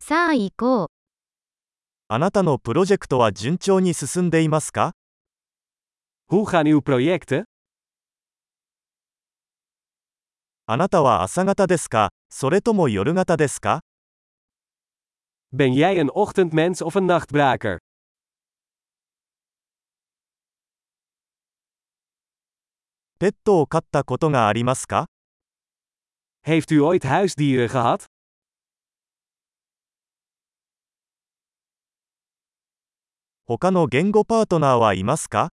さあ行こう。あなたのプロジェクトは順調に進んでいますか Hoe gaan uw projecten? あなたは朝方ですかそれとも夜型ですか Ben jij een ochtendmens of een nachtbraker? ペットを飼ったことがありますか Heeft u ooit huisdieren gehad? 他の言語パートナーはいますか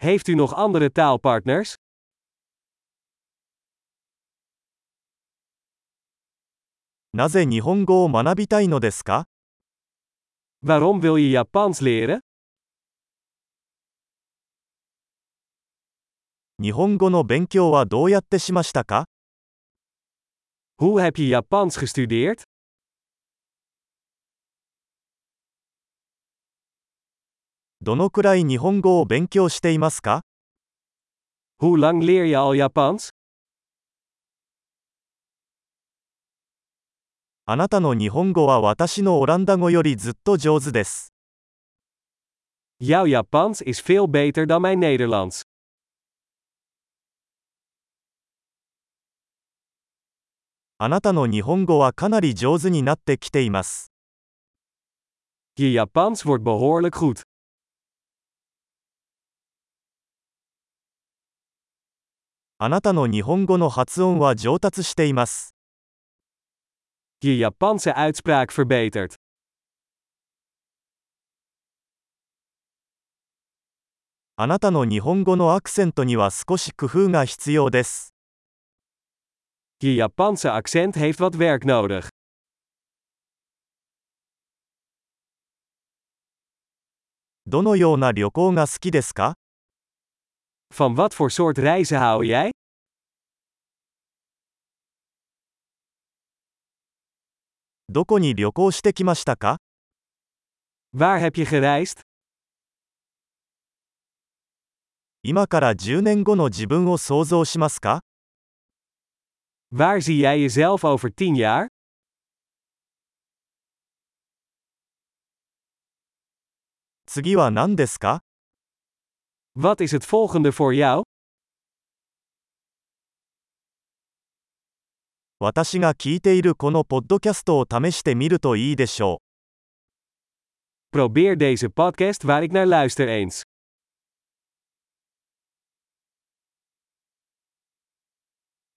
Heeft u nog andere taalpartners? なぜ日本語を学びたいのですか Waarom wil je Japans leren? 日本語の勉強はどうやってしましたか Hoe heb je Japans gestudeerd? どのくらい日本語を勉強していますか Hoe lang leer je al Japans? あなたの日本語は私のオランダ語よりずっと上手です。 Jouw Japans is veel beter dan mijn Nederlands. あなたの日本語はかなり上手になってきています。 Je Japans wordt behoorlijk goed. あなたの日本語の発音は上達しています。 Je Japanse uitspraak verbetert. あなたの日本語のアクセントには少し工夫が必要です。 Je Japanse accent heeft wat werk nodig. どのような旅行が好きですか Van wat voor soort reizen hou jij? どこに旅行してきましたか Waar heb je gereisd? 今から10年後の自分を想像しますか Waar zie jij jezelf over 10 jaar? 次は何ですか Wat is het volgende voor jou? 私が聞いているこのポッドキャストを試してみるといいでしょう。 Probeer deze podcast waar ik naar luister eens.